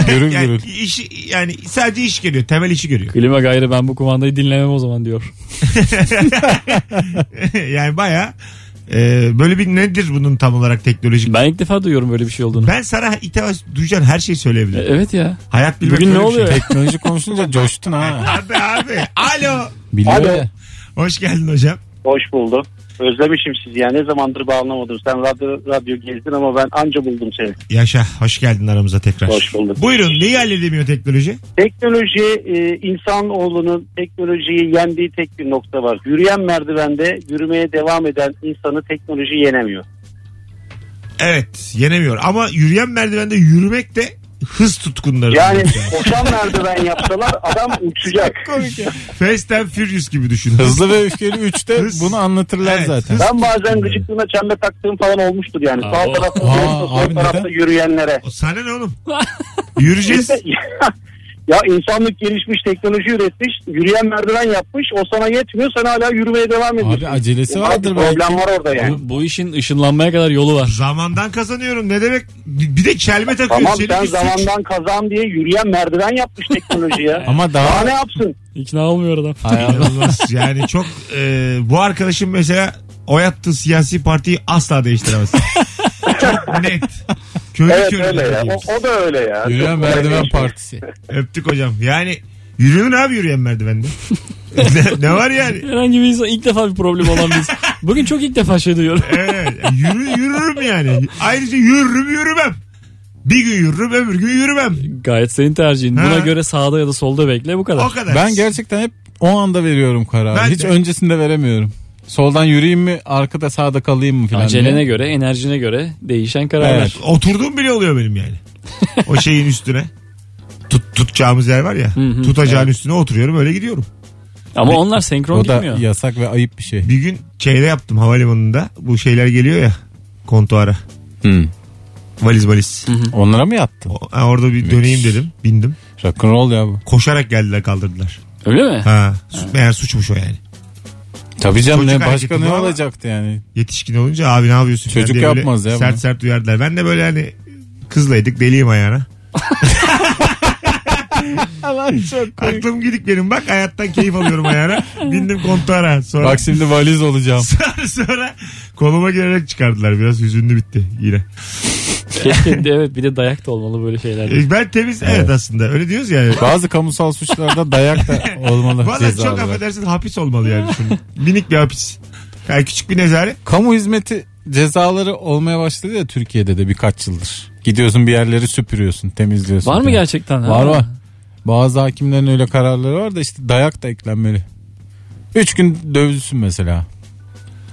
Gürül
Yani
gürül.
işi yani sadece iş görüyor. Temel işi görüyor.
Klima gayrı ben bu kumandayı dinlemem o zaman diyor.
yani baya böyle bir nedir bunun tam olarak teknolojik? Ben,
Ben ilk defa duyuyorum böyle bir şey olduğunu.
sana itiraz duyacağın her şeyi
E,
söyleyebilirim.
Evet ya.
Hayat bilmek
Bugün
böyle
ne
bir şey.
oluyor?
Teknoloji konuşunca coştun ha.
Abi abi. Alo.
Biliyor
Alo.
ya.
Hoş geldin hocam.
Hoş buldum. Özlemişim sizi ya. Ne zamandır bağlanamadım. Sen radyo, radyo gezdin ama ben anca buldum seni.
Yaşa hoş geldin aramıza tekrar.
Hoş bulduk.
Buyurun neyi halledemiyor teknoloji?
Teknoloji, e, insanoğlunun teknolojiyi yendiği tek bir nokta var. Yürüyen merdivende yürümeye devam eden insanı teknoloji yenemiyor.
Evet yenemiyor ama yürüyen merdivende yürümek de hız tutkunları.
Yani koşan merdiven yapsalar adam uçacak.
Fast and Furious gibi düşünün.
Hızlı ve öfkeli 3'te
Hız.
bunu anlatırlar
Evet,
zaten.
hız.
Ben bazen gıcıklığına çembe taktığım falan olmuştur yani.
Aa,
Sağ
o-
tarafta,
Aa,
solda,
abi
sol tarafta
neden?
yürüyenlere.
O sana ne oğlum? Yürüyeceğiz.
ya insanlık gelişmiş, teknoloji üretmiş, yürüyen merdiven yapmış. O sana yetmiyor, sen hala yürümeye devam ediyorsun.
Abi acelesi vardır belki.
Problem var orada yani.
Bu, bu işin ışınlanmaya kadar yolu var.
Zamandan kazanıyorum ne demek? Bir de kelme takıyor.
Tamam
Senin
sen
bir suç.
zamandan kazan diye yürüyen merdiven yapmış teknolojiye.
Ama
Daha
daha
ne yapsın?
İkna olmuyor adam.
Hay Allah.
İnanılmaz. yani çok e, bu arkadaşım mesela oy attığı siyasi partiyi asla değiştiremez. çok net. Körü
Evet
körüne
öyle ya.
dediğimiz.
O, o da öyle ya.
Yürüyen
Çok
merdiven
önemli.
partisi.
Öptük hocam. Yani yürüyün abi yürüyen merdivende. ne, ne var yani?
Herhangi bir insan ilk defa bir problem olan biz. Bugün çok ilk defa şey duyuyorum.
Evet. Yürü, yürürüm yani. Ayrıca yürürüm yürümem. Bir gün yürürüm öbür gün yürümem.
Gayet senin tercihin. Buna
Ha.
göre sağda ya da solda bekle bu kadar.
O kadar.
Ben gerçekten hep o anda veriyorum kararı.
Ben
Hiç
de.
öncesinde veremiyorum. Soldan yürüyeyim mi, arkada sağda kalayım mı filan.
Acelene
diye.
göre, enerjine göre değişen kararlar.
Evet.
Oturduğum bile oluyor benim yani. O şeyin üstüne. Tut, tutacağımız yer var ya.
hı,
tutacağın üstüne oturuyorum öyle gidiyorum.
Ama onlar senkron
O da
gitmiyor.
yasak ve ayıp bir şey.
Bir gün şeyde yaptım havalimanında. Bu şeyler geliyor ya kontuara. Valiz valiz.
Onlara mı yattın?
O- ha, orada bir döneyim dedim. Bindim.
Rock'n'roll ya bu.
Koşarak geldiler kaldırdılar.
Öyle mi?
Ha, su- meğer suçmuş o yani.
Tabii canım
Çocuk
ne başka
hareketi
ne
bu ama-
olacaktı yani.
Yetişkin olunca abi ne yapıyorsun? falan
Çocuk
diye böyle
yapmaz ya
Sert
bunu.
sert uyardılar. Ben de böyle hani kızlaydık deliyim ayağına. Aklım gidik benim bak hayattan keyif alıyorum ayağına. Bindim kontuara. Sonra,
Bak şimdi valiz olacağım.
sonra, sonra koluma girerek çıkardılar. Biraz hüzünlü bitti yine.
Keşke de- evet bir de dayak da olmalı böyle
Ee,
şeylerde.
E, Ben temiz evet, aslında öyle diyoruz ya.
Bazı kamusal suçlarda dayak da olmalı
Valla
ceza
çok
olarak.
affedersin hapis olmalı yani. Şunun. Minik bir hapis. Yani küçük bir nezaret.
Kamu hizmeti cezaları olmaya başladı ya Türkiye'de de birkaç yıldır. Gidiyorsun bir yerleri süpürüyorsun, temizliyorsun.
Var mı
falan.
gerçekten? Ha.
Var var. Bazı hakimlerin öyle kararları var da işte dayak da eklenmeli. Üç gün dövülsün mesela.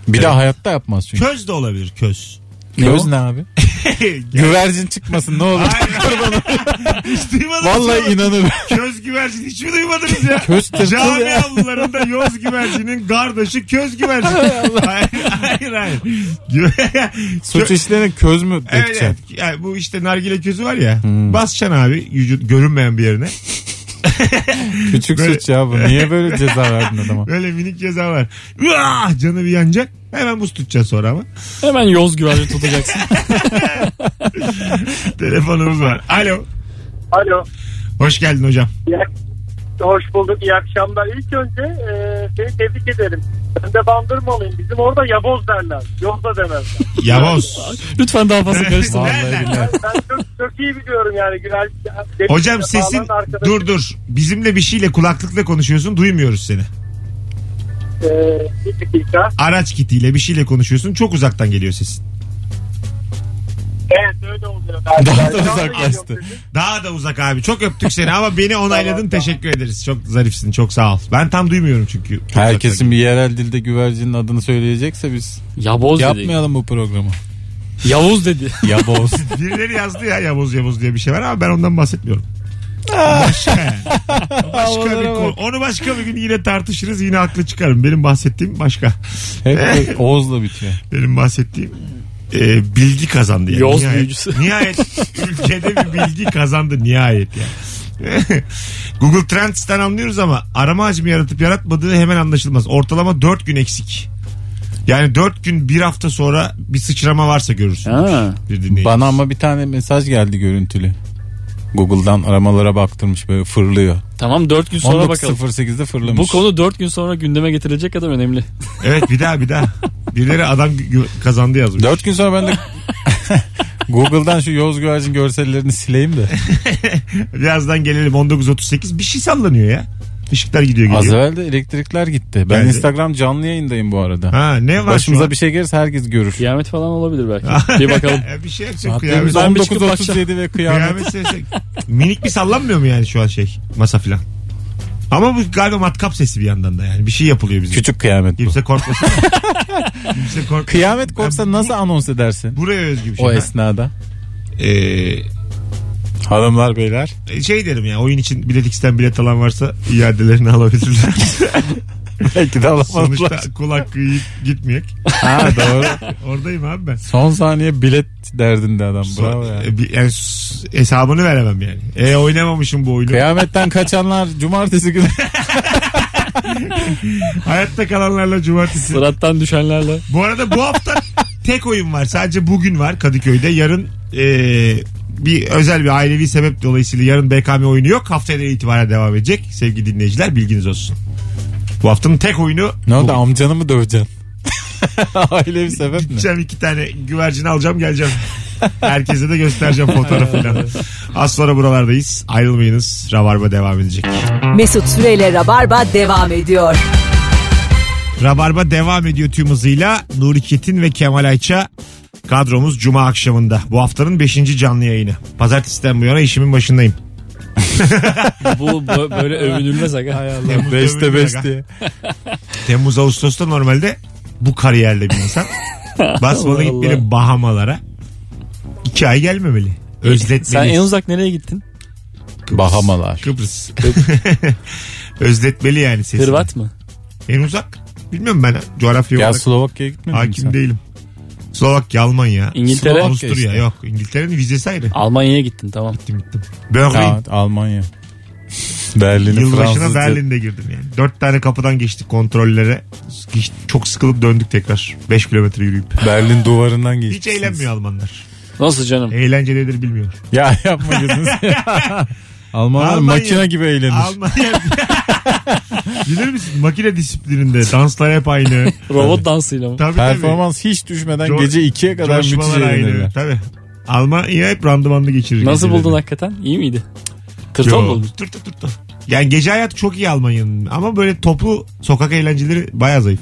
Bir daha hayatta yapmaz çünkü.
Köz de olabilir köz.
Göz ne abi? Güvercin çıkmasın ne olur.
Hiç duymadınız mı?
Vallahi inanırım.
Köz güvercin hiç mi duymadınız ya?
Köz tırtıl ya.
Cami avlularında yoz güvercinin kardeşi köz güvercin. hayır hayır hayır. Gü-
Suç
Kö-
işlerine köz mü
Evet,
dökeceksin?
evet. Yani bu işte nargile közü var ya. Basacaksın abi vücut görünmeyen bir yerine.
Küçük
Böyle-
suç ya bu. Niye böyle ceza verdin adama?
Böyle minik ceza var. Uah! Canı bir yanacak. Hemen buz tutacağız sonra ama.
Hemen yoz güvercin tutacaksın.
Telefonumuz var. Alo.
Alo.
Hoş geldin hocam.
Hoş bulduk. iyi akşamlar. İlk önce e, seni tebrik ederim. Ben de bandırmalıyım. Bizim orada yaboz derler. Yozda demezler.
Yavuz.
Lütfen daha fazla karıştırma.
Nereden?
Ben çok, çok iyi biliyorum yani. Güzel,
Hocam sesin dur dur. Bizimle bir şeyle kulaklıkla konuşuyorsun duymuyoruz seni.
E, bir dakika.
Araç kitiyle bir şeyle konuşuyorsun çok uzaktan geliyor sesin.
Evet öyle oluyor. Ben,
Daha da uzaklaştı.
Daha da uzak abi çok öptük seni ama beni onayladın teşekkür ederiz. Çok zarifsin çok sağ ol. Ben tam duymuyorum çünkü. Çok uzaktan
Herkesin bir yerel dilde güvercinin adını söyleyecekse biz
Yaboz dedi.
yapmayalım bu programı.
Yavuz dedi.
Ya boz.
Birileri yazdı ya Yavuz Yavuz diye bir şey var ama ben ondan bahsetmiyorum. Başka yani. Başka bir konu. Onu başka bir gün yine tartışırız yine haklı çıkarım. Benim bahsettiğim başka.
Hep böyle Oğuz'la bitiyor.
Benim bahsettiğim e, bilgi kazandı. Yani.
Yoz
nihayet,
büyücüsü.
Nihayet ülkede bir bilgi kazandı nihayet yani. Google Trends'ten anlıyoruz ama arama hacmi yaratıp yaratmadığı hemen anlaşılmaz. Ortalama 4 gün eksik. Yani 4 gün bir hafta sonra bir sıçrama varsa görürsün.
Ha.
Bir dinleyici.
Bana ama bir tane mesaj geldi görüntülü. Google'dan aramalara baktırmış böyle fırlıyor.
Tamam 4 gün sonra bakalım.
19.08'de fırlamış.
Bu konu 4 gün sonra gündeme getirecek kadar önemli.
Evet bir daha bir daha. Birileri adam gü- gü- kazandı yazmış.
Dört gün sonra ben de Google'dan şu Yoz Güvercin görsellerini sileyim de.
Birazdan gelelim 19.38 bir şey sallanıyor ya. Işıklar gidiyor
Az
geliyor.
evvel de elektrikler gitti. Ben
Geldi.
Instagram canlı yayındayım bu arada.
Ha ne var şu
Başımıza
an?
bir şey gelirse herkes görür.
Kıyamet falan olabilir belki. Bir bakalım.
bir şey yapacak
Saatlerimiz
kıyamet.
Ben bir çıkıp
19.37 ve kıyamet.
Kıyamet sesi. Minik bir sallanmıyor mu yani şu an şey masa filan? Ama bu galiba matkap sesi bir yandan da yani. Bir şey yapılıyor bizim.
Küçük kıyamet bu.
Kimse korkmasın. Kimse korkmasın.
Kıyamet kopsa
Ben-
nasıl anons edersin?
Buraya özgü bir şey.
O esnada.
Ee,
Hanımlar beyler.
şey derim ya oyun için bilet X'ten bilet alan varsa iadelerini alabilirler.
Belki de alamazlar.
Sonuçta kulak hakkı yiyip gitmeyek.
ha doğru.
Oradayım abi ben.
Son saniye bilet derdinde adam. Bravo ya.
E, bir- yani s- hesabını veremem yani. E oynamamışım bu oyunu.
Kıyametten kaçanlar cumartesi günü.
Hayatta kalanlarla cumartesi.
Sırattan düşenlerle.
Bu arada bu hafta tek oyun var. Sadece bugün var Kadıköy'de. Yarın e, bir özel bir ailevi sebep dolayısıyla yarın BKM oyunu yok. Haftaya itibaren devam edecek. Sevgili dinleyiciler bilginiz olsun. Bu haftanın tek oyunu
ne oldu amcanı mı döveceksin? Aile bir sebep mi?
Gideceğim iki tane güvercin alacağım geleceğim. Herkese de göstereceğim fotoğrafını. Az sonra buralardayız. Ayrılmayınız. Rabarba devam edecek.
Mesut Süreyle Rabarba devam ediyor.
Rabarba devam ediyor tüm hızıyla. Nuri Çetin ve Kemal Ayça kadromuz Cuma akşamında. Bu haftanın 5. canlı yayını. Pazartesiden bu yana işimin başındayım.
Bu bö- böyle övünülmez aga.
Temmuz'da
Beşte
öbür
beş
gün
diye.
Temmuz Ağustos'ta normalde bu kariyerde bir insan. Basmalı
Allah
gitmeli
Allah.
Bahamalara. İki ay gelmemeli. Özletmeliyiz.
Sen en uzak nereye gittin?
Kıbrıs.
Bahamalar.
Kıbrıs. Özletmeli yani sesini.
Hırvat mı?
En uzak. Bilmiyorum ben coğrafya
Ya
olarak
Slovakya'ya gitmedin mi
hakim
sen?
değilim. Slovakya, Almanya.
İngiltere.
Slovakya Avusturya
işte.
yok. İngiltere'nin vizesi ayrı.
Almanya'ya gittin tamam.
Gittim gittim. Berlin.
Ya, Almanya. Berlin'i
Yılbaşına
Fransızca.
Berlin'de girdim yani. Dört tane kapıdan geçtik kontrollere. Geç- Çok sıkılıp döndük tekrar. Beş kilometre yürüyüp.
Berlin duvarından geçti.
Hiç eğlenmiyor Almanlar.
Nasıl canım?
Eğlencelidir bilmiyor.
Ya yapma gözünü seveyim. Almanlar
Almanya-
makine gibi eğlenir.
Almanya. Bilir misin? Makine disiplininde danslar hep aynı.
Robot dansıyla mı?
Tabii tabii.
Performans hiç düşmeden
Co-
gece 2'ye kadar müthiş
Coşmalar aynı.
eğlenirler.
Tabii. Almanya hep randımanlı geçirir.
Nasıl
geceleri.
buldun hakikaten? İyi miydi? Tırton
Yo,
mu buldun.
Tır tır tır tır. Yani gece hayatı çok iyi Almanya'nın ama böyle toplu sokak eğlenceleri bayağı zayıf.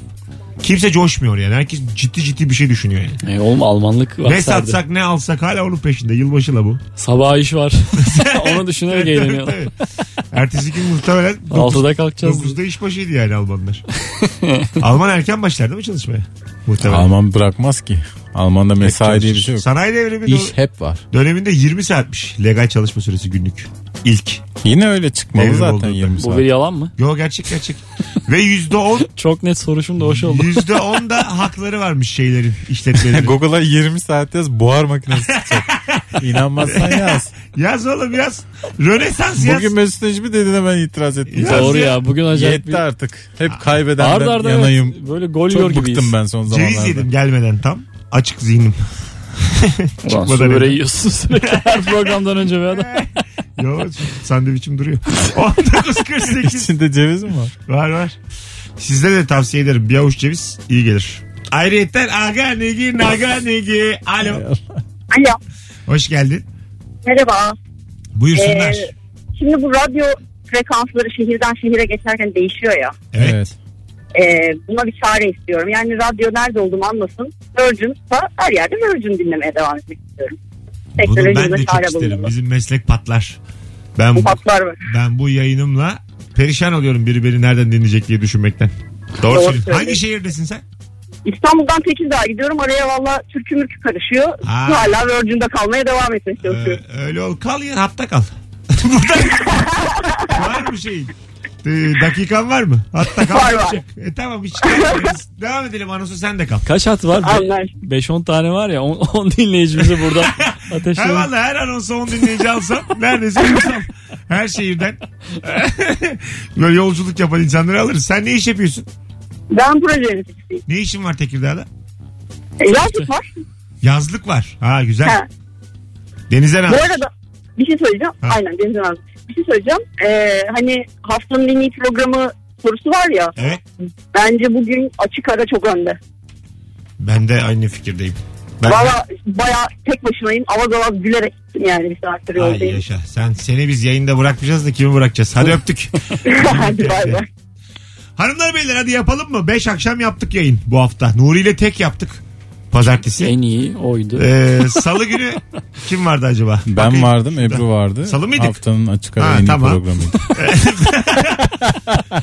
Kimse coşmuyor yani. Herkes ciddi ciddi bir şey düşünüyor yani.
E, oğlum Almanlık var.
ne
sardı.
satsak ne alsak hala onun peşinde. Yılbaşı la bu.
Sabah iş var. Onu düşünerek
Evet,
eğleniyorlar.
evet, evet. Ertesi gün muhtemelen dokuz-
Altıda kalkacağız.
9'da iş başıydı yani Almanlar. Alman erken başlar değil mi çalışmaya? Muhtemelen.
Alman bırakmaz ki. Alman'da
E,
mesai diye bir şey yok.
Sanayi devrimi
İş hep var.
döneminde 20 saatmiş legal çalışma süresi günlük. İlk.
Yine öyle çıkmalı
Devrim
zaten
olduğunda.
20
Bu
saat.
bir yalan mı?
Yo gerçek gerçek. Ve %10
Çok net soruşum da hoş oldu.
%10 da hakları varmış şeylerin işletmelerin.
Google'a 20 saat yaz buhar makinesi çıkacak. İnanmazsan yaz.
yaz oğlum yaz. Rönesans yaz.
Bugün Mesut Necmi dediğine ben itiraz ettim.
Ya,
Doğru ya bugün acayip
Yetti
bir...
artık. Hep kaybedenden
Arda arda
yanayım.
evet, böyle gol yiyor
Çok
gibiyiz.
bıktım ben son zamanlarda.
Ceviz yedim gelmeden tam. Açık zihnim.
Ulan
Çıkmadan
süre
evden.
yiyorsun sürekli her programdan önce bir adam.
Yo sandviçim duruyor. 19.48
İçinde ceviz mi var?
var var. Sizlere de tavsiye ederim. Bir avuç ceviz iyi gelir. Ayrıyetten aga negi naga negi. Alo.
Alo.
Hoş geldin.
Merhaba.
Buyursunlar.
Ee, şimdi bu radyo frekansları şehirden şehire geçerken değişiyor ya.
evet.
Ee, buna bir çare istiyorum. Yani radyo nerede olduğumu anlasın. Virgin'sa her yerde Virgin dinlemeye devam etmek istiyorum.
Bunu ben
Teknolojimize
de çok
çare
isterim.
bulunmalı.
Bizim meslek patlar. Ben bu,
Ufaklar var.
ben bu yayınımla perişan oluyorum biri beni nereden dinleyecek diye düşünmekten. Doğru,
Doğru
söylüyorsun.
söylüyorsun.
Hangi şehirdesin sen?
İstanbul'dan Tekirdağ'a gidiyorum. Araya valla türkü mürkü karışıyor.
Aa.
Hala Virgin'de kalmaya devam etmek çalışıyorum.
Ee, öyle ol. Kal ya hatta kal. Buradan var mı şeyin? Ee, dakikan var mı? Hatta kal.
Var, var.
E, tamam hiç kalmayız. Devam edelim anonsu sen de kal.
Kaç hat var?
Anlar.
5-10 tane var ya 10 dinleyicimizi buradan
Ha
ateşleyelim.
valla her anonsu 10 dinleyici alsam neredeyse insan. Her şehirden. Böyle yolculuk yapan insanları alırız. Sen ne iş yapıyorsun?
Ben proje yöneticisiyim.
Ne işin var Tekirdağ'da?
E, yazlık var.
Yazlık var. Ha güzel.
Ha.
Denize ne?
Bu arada bir şey söyleyeceğim.
Ha.
Aynen Deniz Hanım. Bir şey söyleyeceğim. Ee, hani haftanın en iyi programı sorusu var ya.
Evet.
Bence bugün açık ara çok önde.
Ben de aynı fikirdeyim. Ben
Valla baya tek başınayım. Avaz avaz gülerek gittim yani bir saattir
Ay
yoldayım.
yaşa. Sen seni biz yayında bırakmayacağız da kimi bırakacağız? Hadi öptük.
Hadi bay bay.
Hanımlar beyler hadi yapalım mı? 5 akşam yaptık yayın bu hafta. Nuri ile tek yaptık. Pazartesi.
En iyi oydu.
Ee, salı günü kim vardı acaba?
Ben
Bakayım.
vardım Ebru vardı.
Salı mıydık?
Haftanın açık
Ha,
ara yeni
tamam.
programıydı.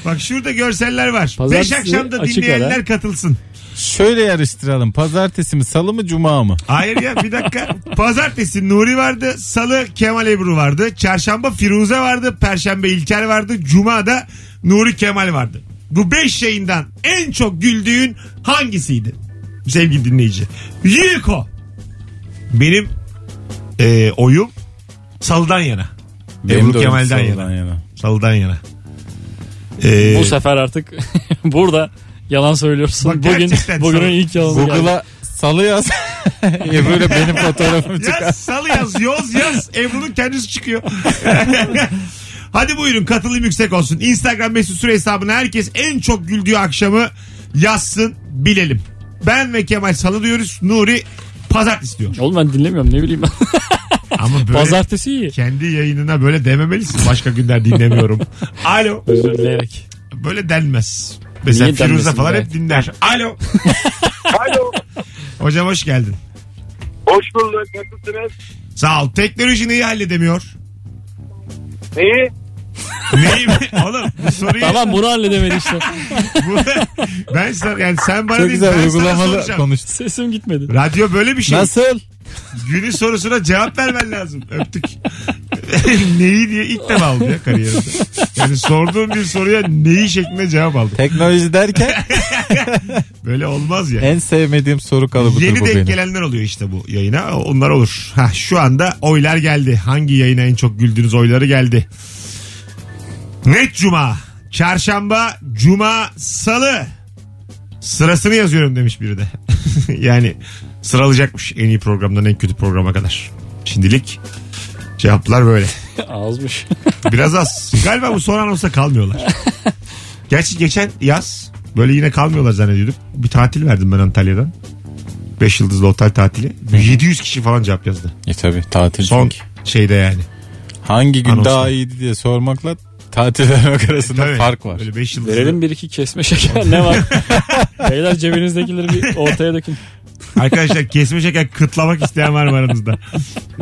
Bak şurada görseller var. 5
Pazartesi
akşam da
açık
dinleyenler
ara.
katılsın.
Şöyle yarıştıralım. Pazartesi mi salı mı cuma mı?
Hayır ya bir dakika. Pazartesi Nuri vardı. Salı Kemal Ebru vardı. Çarşamba Firuze vardı. Perşembe İlker vardı. Cuma da Nuri Kemal vardı. Bu beş yayından en çok güldüğün hangisiydi? Sevgili dinleyici. Yiko. Benim e, oyum salıdan yana.
Benim de
Ebru
oyun
Kemal'den
salıdan
yana. Salıdan yana. Ee,
Bu sefer artık burada yalan söylüyorsun.
Bak
Bugün
gerçekten sana-
bugünün ilk yalanı geldi.
Google'a salı yaz. Ebru'yla benim fotoğrafım çıkar.
Yaz salı yaz yoz yaz. Ebru'nun kendisi çıkıyor. Hadi buyurun katılım yüksek olsun. Instagram mesut süre hesabına herkes en çok güldüğü akşamı yazsın bilelim. Ben ve Kemal salı diyoruz. Nuri pazartesi diyor.
Oğlum ben dinlemiyorum ne bileyim ben.
Ama böyle
Pazartesi iyi.
kendi yayınına böyle dememelisin. Başka günler dinlemiyorum. Alo.
Özür dileyerek.
Böyle denmez. Mesela
Niye
Firuze
denmesin
falan
be?
hep dinler. Alo.
Alo.
Hocam hoş geldin.
Hoş bulduk. Nasılsınız?
Sağ ol. Teknoloji neyi halledemiyor?
Neyi?
Neyi mi? Oğlum bu soruyu...
Tamam bunu halledemedi işte.
Bu- ben sana yani sen bana
Çok
değil
güzel
ben sana
uygulamalı
soracağım.
konuştu.
Sesim gitmedi.
Radyo böyle bir şey.
Nasıl?
Günün sorusuna cevap vermen lazım. Öptük. neyi diye ilk defa oldu ya kariyerimde. Yani sorduğum bir soruya neyi şeklinde cevap aldım.
Teknoloji derken
Böyle olmaz ya.
en sevmediğim soru kalıbıdır
Yeni
bu
denk
benim.
gelenler oluyor işte bu yayına. Onlar olur. Ha, şu anda oylar geldi. Hangi yayına en çok güldüğünüz oyları geldi. Net cuma. Çarşamba, cuma, salı. Sırasını yazıyorum demiş biri de. yani sıralayacakmış en iyi programdan en kötü programa kadar. Şimdilik cevaplar böyle.
Ağızmış.
Biraz az. Galiba bu son anonsa kalmıyorlar. Gerçi geçen yaz böyle yine kalmıyorlar zannediyorduk. Bir tatil verdim ben Antalya'dan. 5 yıldızlı otel tatili. 700 kişi falan cevap yazdı.
E tabi tatil
Son
çünkü.
şeyde yani.
Hangi gün
Anonsla.
daha iyiydi diye sormakla tatil vermek arasında
Tabii.
fark var.
Böyle 5 yıldızlı.
Verelim bir iki kesme şeker ne var? Beyler cebinizdekileri bir ortaya dökün.
Arkadaşlar kesme şeker kıtlamak isteyen var mı aranızda?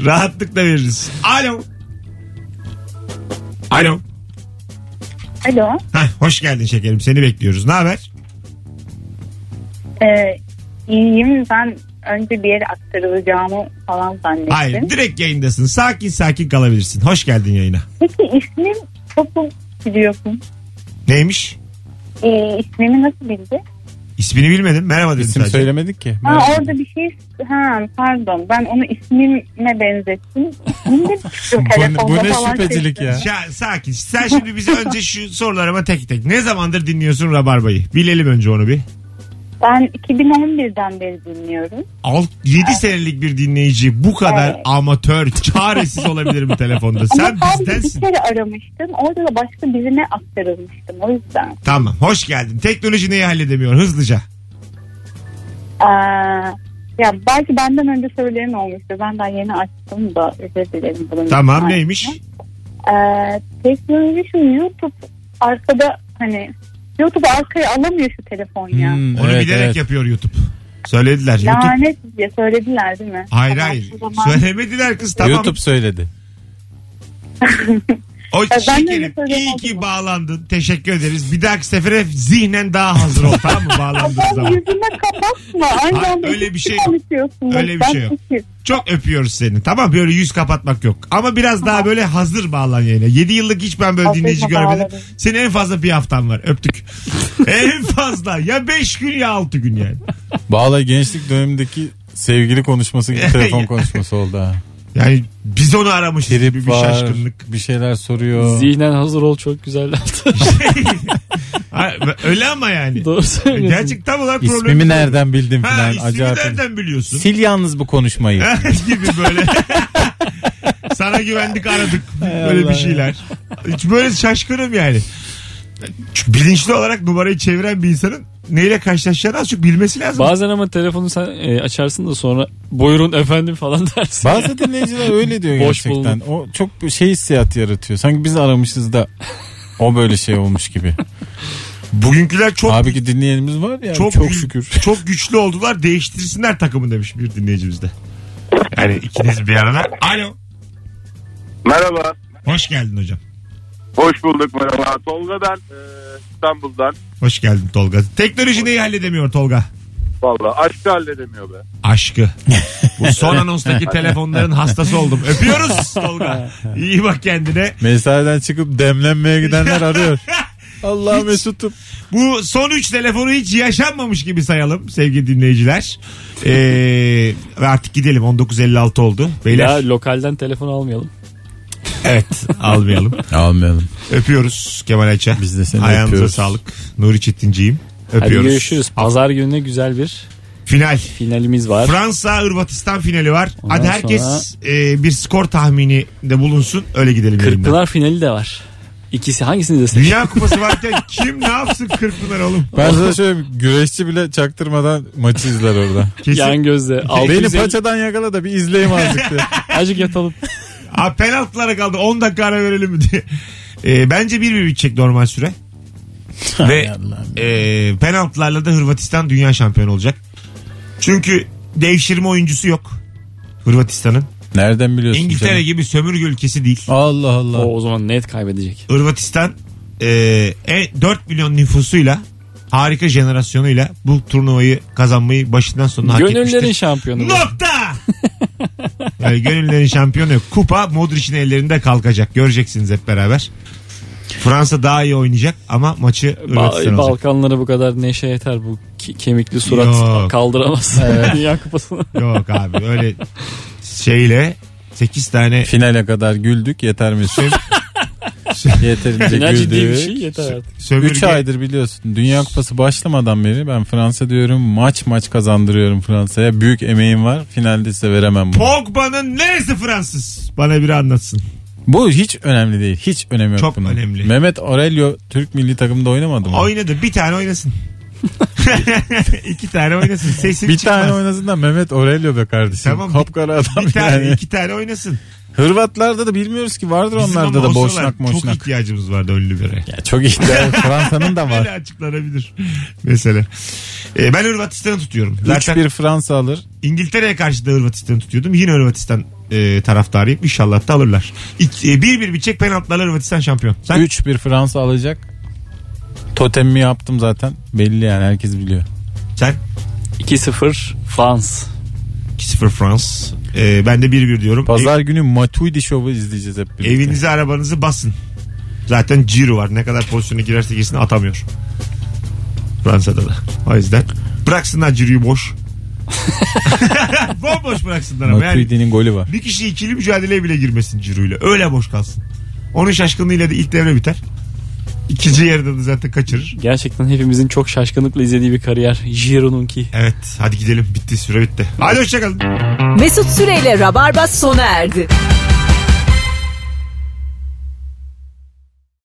Rahatlıkla veririz. Alo. Alo.
Alo.
Hah, hoş geldin şekerim seni bekliyoruz. Ne haber?
Ee, iyiyim. Ben önce bir yere aktarılacağımı falan zannettim.
Hayır direkt yayındasın. Sakin sakin kalabilirsin. Hoş geldin yayına.
Peki ismim nasıl biliyorsun?
Neymiş?
Ee, ismimi nasıl bildi?
İsmini bilmedim. Merhaba dedim
İsim
sadece.
söylemedik ki.
Ha, orada bir şey... Ha, pardon. Ben onu ismime benzettim. İsmim de
Bu, ne-
yok.
bu
telefonda
ne
falan
şüphecilik
seçtim.
ya.
Ya, sakin. Sen şimdi bize önce şu sorularıma tek tek. Ne zamandır dinliyorsun Rabarba'yı? Bilelim önce onu bir.
Ben 2011'den beri dinliyorum.
7 senelik bir dinleyici bu kadar
Evet.
amatör, çaresiz olabilir mi telefonda? Sen
Ama sadece
bizdensin.
bir kere aramıştım. Orada da başka birine aktarılmıştım. O yüzden.
Tamam. Hoş geldin. Teknoloji neyi halledemiyor? Hızlıca.
Ee, ya belki benden önce söyleyen olmuştu. Ben daha yeni açtım da özür dilerim. bunun için.
Tamam neymiş?
Ee, teknoloji şu YouTube arkada hani YouTube arkaya alamıyor şu telefon ya.
Hmm,
Onu
evet,
bilerek
evet.
yapıyor YouTube. Söylediler YouTube.
Lanet diye söylediler değil mi?
Hayır
Tamam,
hayır.
o zaman-
Söylemediler kız tamam.
YouTube söyledi.
O
ben de
şekerim
öyle söyledim
iyi
o
ki
zaman.
bağlandın. Teşekkür ederiz. Bir dahaki sefere zihnen daha hazır ol tamam mı bağlandığın
Sen
zaman.
yüzüme kapatma.
Hayır,
Aynı anda
öyle
iki
bir şey
kişi
yok.
konuşuyorsun.
Öyle bir
Ben
şey yok.
iki.
Çok öpüyoruz seni. Tamam böyle yüz kapatmak yok. Ama biraz daha böyle hazır bağlan yayına. 7 yıllık hiç ben böyle
Hazır
dinleyici
mı
görmedim.
bağladın?
Senin en fazla bir haftan var. Öptük. en fazla. Ya 5 gün ya 6 gün yani.
Bağla gençlik dönemindeki sevgili konuşması gibi telefon konuşması oldu ha.
Yani biz onu aramışız.
Trip
gibi bir
var,
şaşkınlık.
bir şeyler soruyor.
Zihnen hazır ol çok güzel laf.
Ha, öyle ama yani.
Doğru söylüyorsun.
Gerçek tam olarak problem.
İsmimi nereden bildin
Ha,
filan.
ismini
Acayip.
nereden biliyorsun?
Sil yalnız bu konuşmayı.
gibi böyle. Sana güvendik aradık. Böyle bir şeyler. Hiç böyle şaşkınım yani. Çünkü Bilinçli olarak numarayı çeviren bir insanın neyle karşılaşacağını az çok bilmesi lazım.
Bazen ama telefonu sen e, açarsın da sonra buyurun efendim falan dersin.
Bazı dinleyiciler öyle diyor
Boş
gerçekten. O çok bir şey hissiyatı yaratıyor. Sanki biz aramışız da o böyle şey olmuş gibi.
Bugünküler çok
Abi ki dinleyenimiz var ya
çok
çok,
gü-
şükür.
Çok güçlü oldular. Değiştirsinler takımı demiş bir dinleyicimiz de. Yani ikiniz bir arada. Alo.
Merhaba.
Hoş geldin hocam.
Hoş bulduk merhaba. Tolga ben İstanbul'dan.
Hoş geldin Tolga. Teknoloji neyi halledemiyor Tolga?
Valla aşkı halledemiyor be.
Aşkı. Bu son anonstaki telefonların hastası oldum. Öpüyoruz Tolga. İyi bak kendine.
Mesaiden çıkıp demlenmeye gidenler arıyor. Allah Mesut'um.
Bu son 3 telefonu hiç yaşanmamış gibi sayalım sevgili dinleyiciler. Ee, ve artık gidelim 19.56 oldu. Beyler
Ya lokalden telefon almayalım.
evet almayalım.
Almayalım.
Öpüyoruz Kemal Ayça.
Biz de seni
Ayağınıza
öpüyoruz.
sağlık. Nuri Çetinciyim.
Hadi
Öpüyoruz.
görüşürüz. Pazar gününe güzel bir
Final.
finalimiz var.
Fransa Hırvatistan finali var.
Ondan
Hadi herkes
sonra-
e, bir skor tahmini de bulunsun. Öyle gidelim yayından.
Kırkpınar finali de var. İkisi hangisini desek?
Dünya kupası varken kim ne yapsın Kırkpınar oğlum?
Ben sana şöyle güreşçi bile çaktırmadan maçı izler orada.
Kesin.
Yan gözle.
Beni
650
paçadan yakala da bir izleyeyim azıcık diye.
Azıcık yatalım.
Aa, penaltılara kaldı 10 dakika ara verelim mi diye. Ee, bence 1-1 bitecek normal süre. Ve e, penaltılarla da Hırvatistan dünya şampiyonu olacak. Çünkü devşirme oyuncusu yok Hırvatistan'ın.
Nereden biliyorsun?
İngiltere
canım?
gibi sömürge ülkesi değil.
Allah Allah.
O, o zaman net kaybedecek.
Hırvatistan e, e, 4 milyon nüfusuyla harika jenerasyonuyla bu turnuvayı kazanmayı başından sonuna hak
Gönüllerin
etmiştir.
şampiyonu. bu.
Nokta! yani Ee, gönüllerin şampiyonu yok. Kupa Modric'in ellerinde kalkacak. Göreceksiniz hep beraber. Fransa daha iyi oynayacak ama maçı Hırvatistan
Ba-
olacak.
Balkanlara bu kadar neşe yeter bu ki- kemikli surat
Yok.
kaldıramaz Dünya Kupası'nı.
Yok abi öyle şeyle 8 tane
Finale kadar güldük yeter Mesut. Yeterince
Final ciddi bir şey
güldük.
yeter artık.
sömürge.
3 aydır biliyorsun Dünya Kupası başlamadan beri ben Fransa diyorum maç maç kazandırıyorum Fransa'ya. Büyük emeğim var finalde size veremem bunu.
Pogba'nın neresi Fransız? Bana biri anlatsın.
Bu hiç önemli değil. Hiç önemi yok
Çok
bunun.
önemli.
Mehmet Aurelio Türk milli takımda oynamadı mı?
Oynadı. Bir tane oynasın. iki tane oynasın. Sesim
bir
çıkmaz.
tane oynasın da Mehmet Aurelio be kardeşim.
Tamam, bir-
Kapkara adam
bir tane,
yani.
iki tane oynasın.
Hırvatlarda da bilmiyoruz ki vardır
Bizim
onlarda
ama
da
o sıralar
boşnak
Çok
moşnak.
ihtiyacımız vardı önlü bire.
Ya çok iyi. Fransa'nın da
Böyle
var.
açıklanabilir mesela. Ee, ben Hırvatistan'ı tutuyorum. Zaten
3-1 Fransa alır.
İngiltere'ye karşı da Hırvatistan'ı tutuyordum. Yine Hırvatistan e, taraftarıyım. İnşallah da alırlar. İk- e, Bir bir bitecek penaltılarla Hırvatistan şampiyon. Sen
3-1 Fransa alacak. Totemimi yaptım zaten. Belli yani herkes biliyor.
Sen
2-0 Fans.
2-0 Frans. Ee, ben de 1-1 diyorum.
Pazar günü Matuidi Show'u izleyeceğiz hep birlikte.
Ev- evinizi arabanızı basın. Zaten Ciro var. Ne kadar pozisyona girerse girsin atamıyor. Fransa'da da. O yüzden bıraksınlar Ciro'yu boş. Bomboş bıraksınlar ama. Yani
Matuidi'nin golü var.
bir kişi ikili mücadeleye bile girmesin Ciro'yla. Öyle boş kalsın. Onun şaşkınlığıyla da ilk devre biter. İkinci yarıda da zaten kaçırır.
Gerçekten hepimizin çok şaşkınlıkla izlediği bir kariyer. Jiro'nunki.
Evet hadi gidelim bitti süre bitti. Hadi hoşçakalın.
Mesut Süreyle Rabarba sona erdi.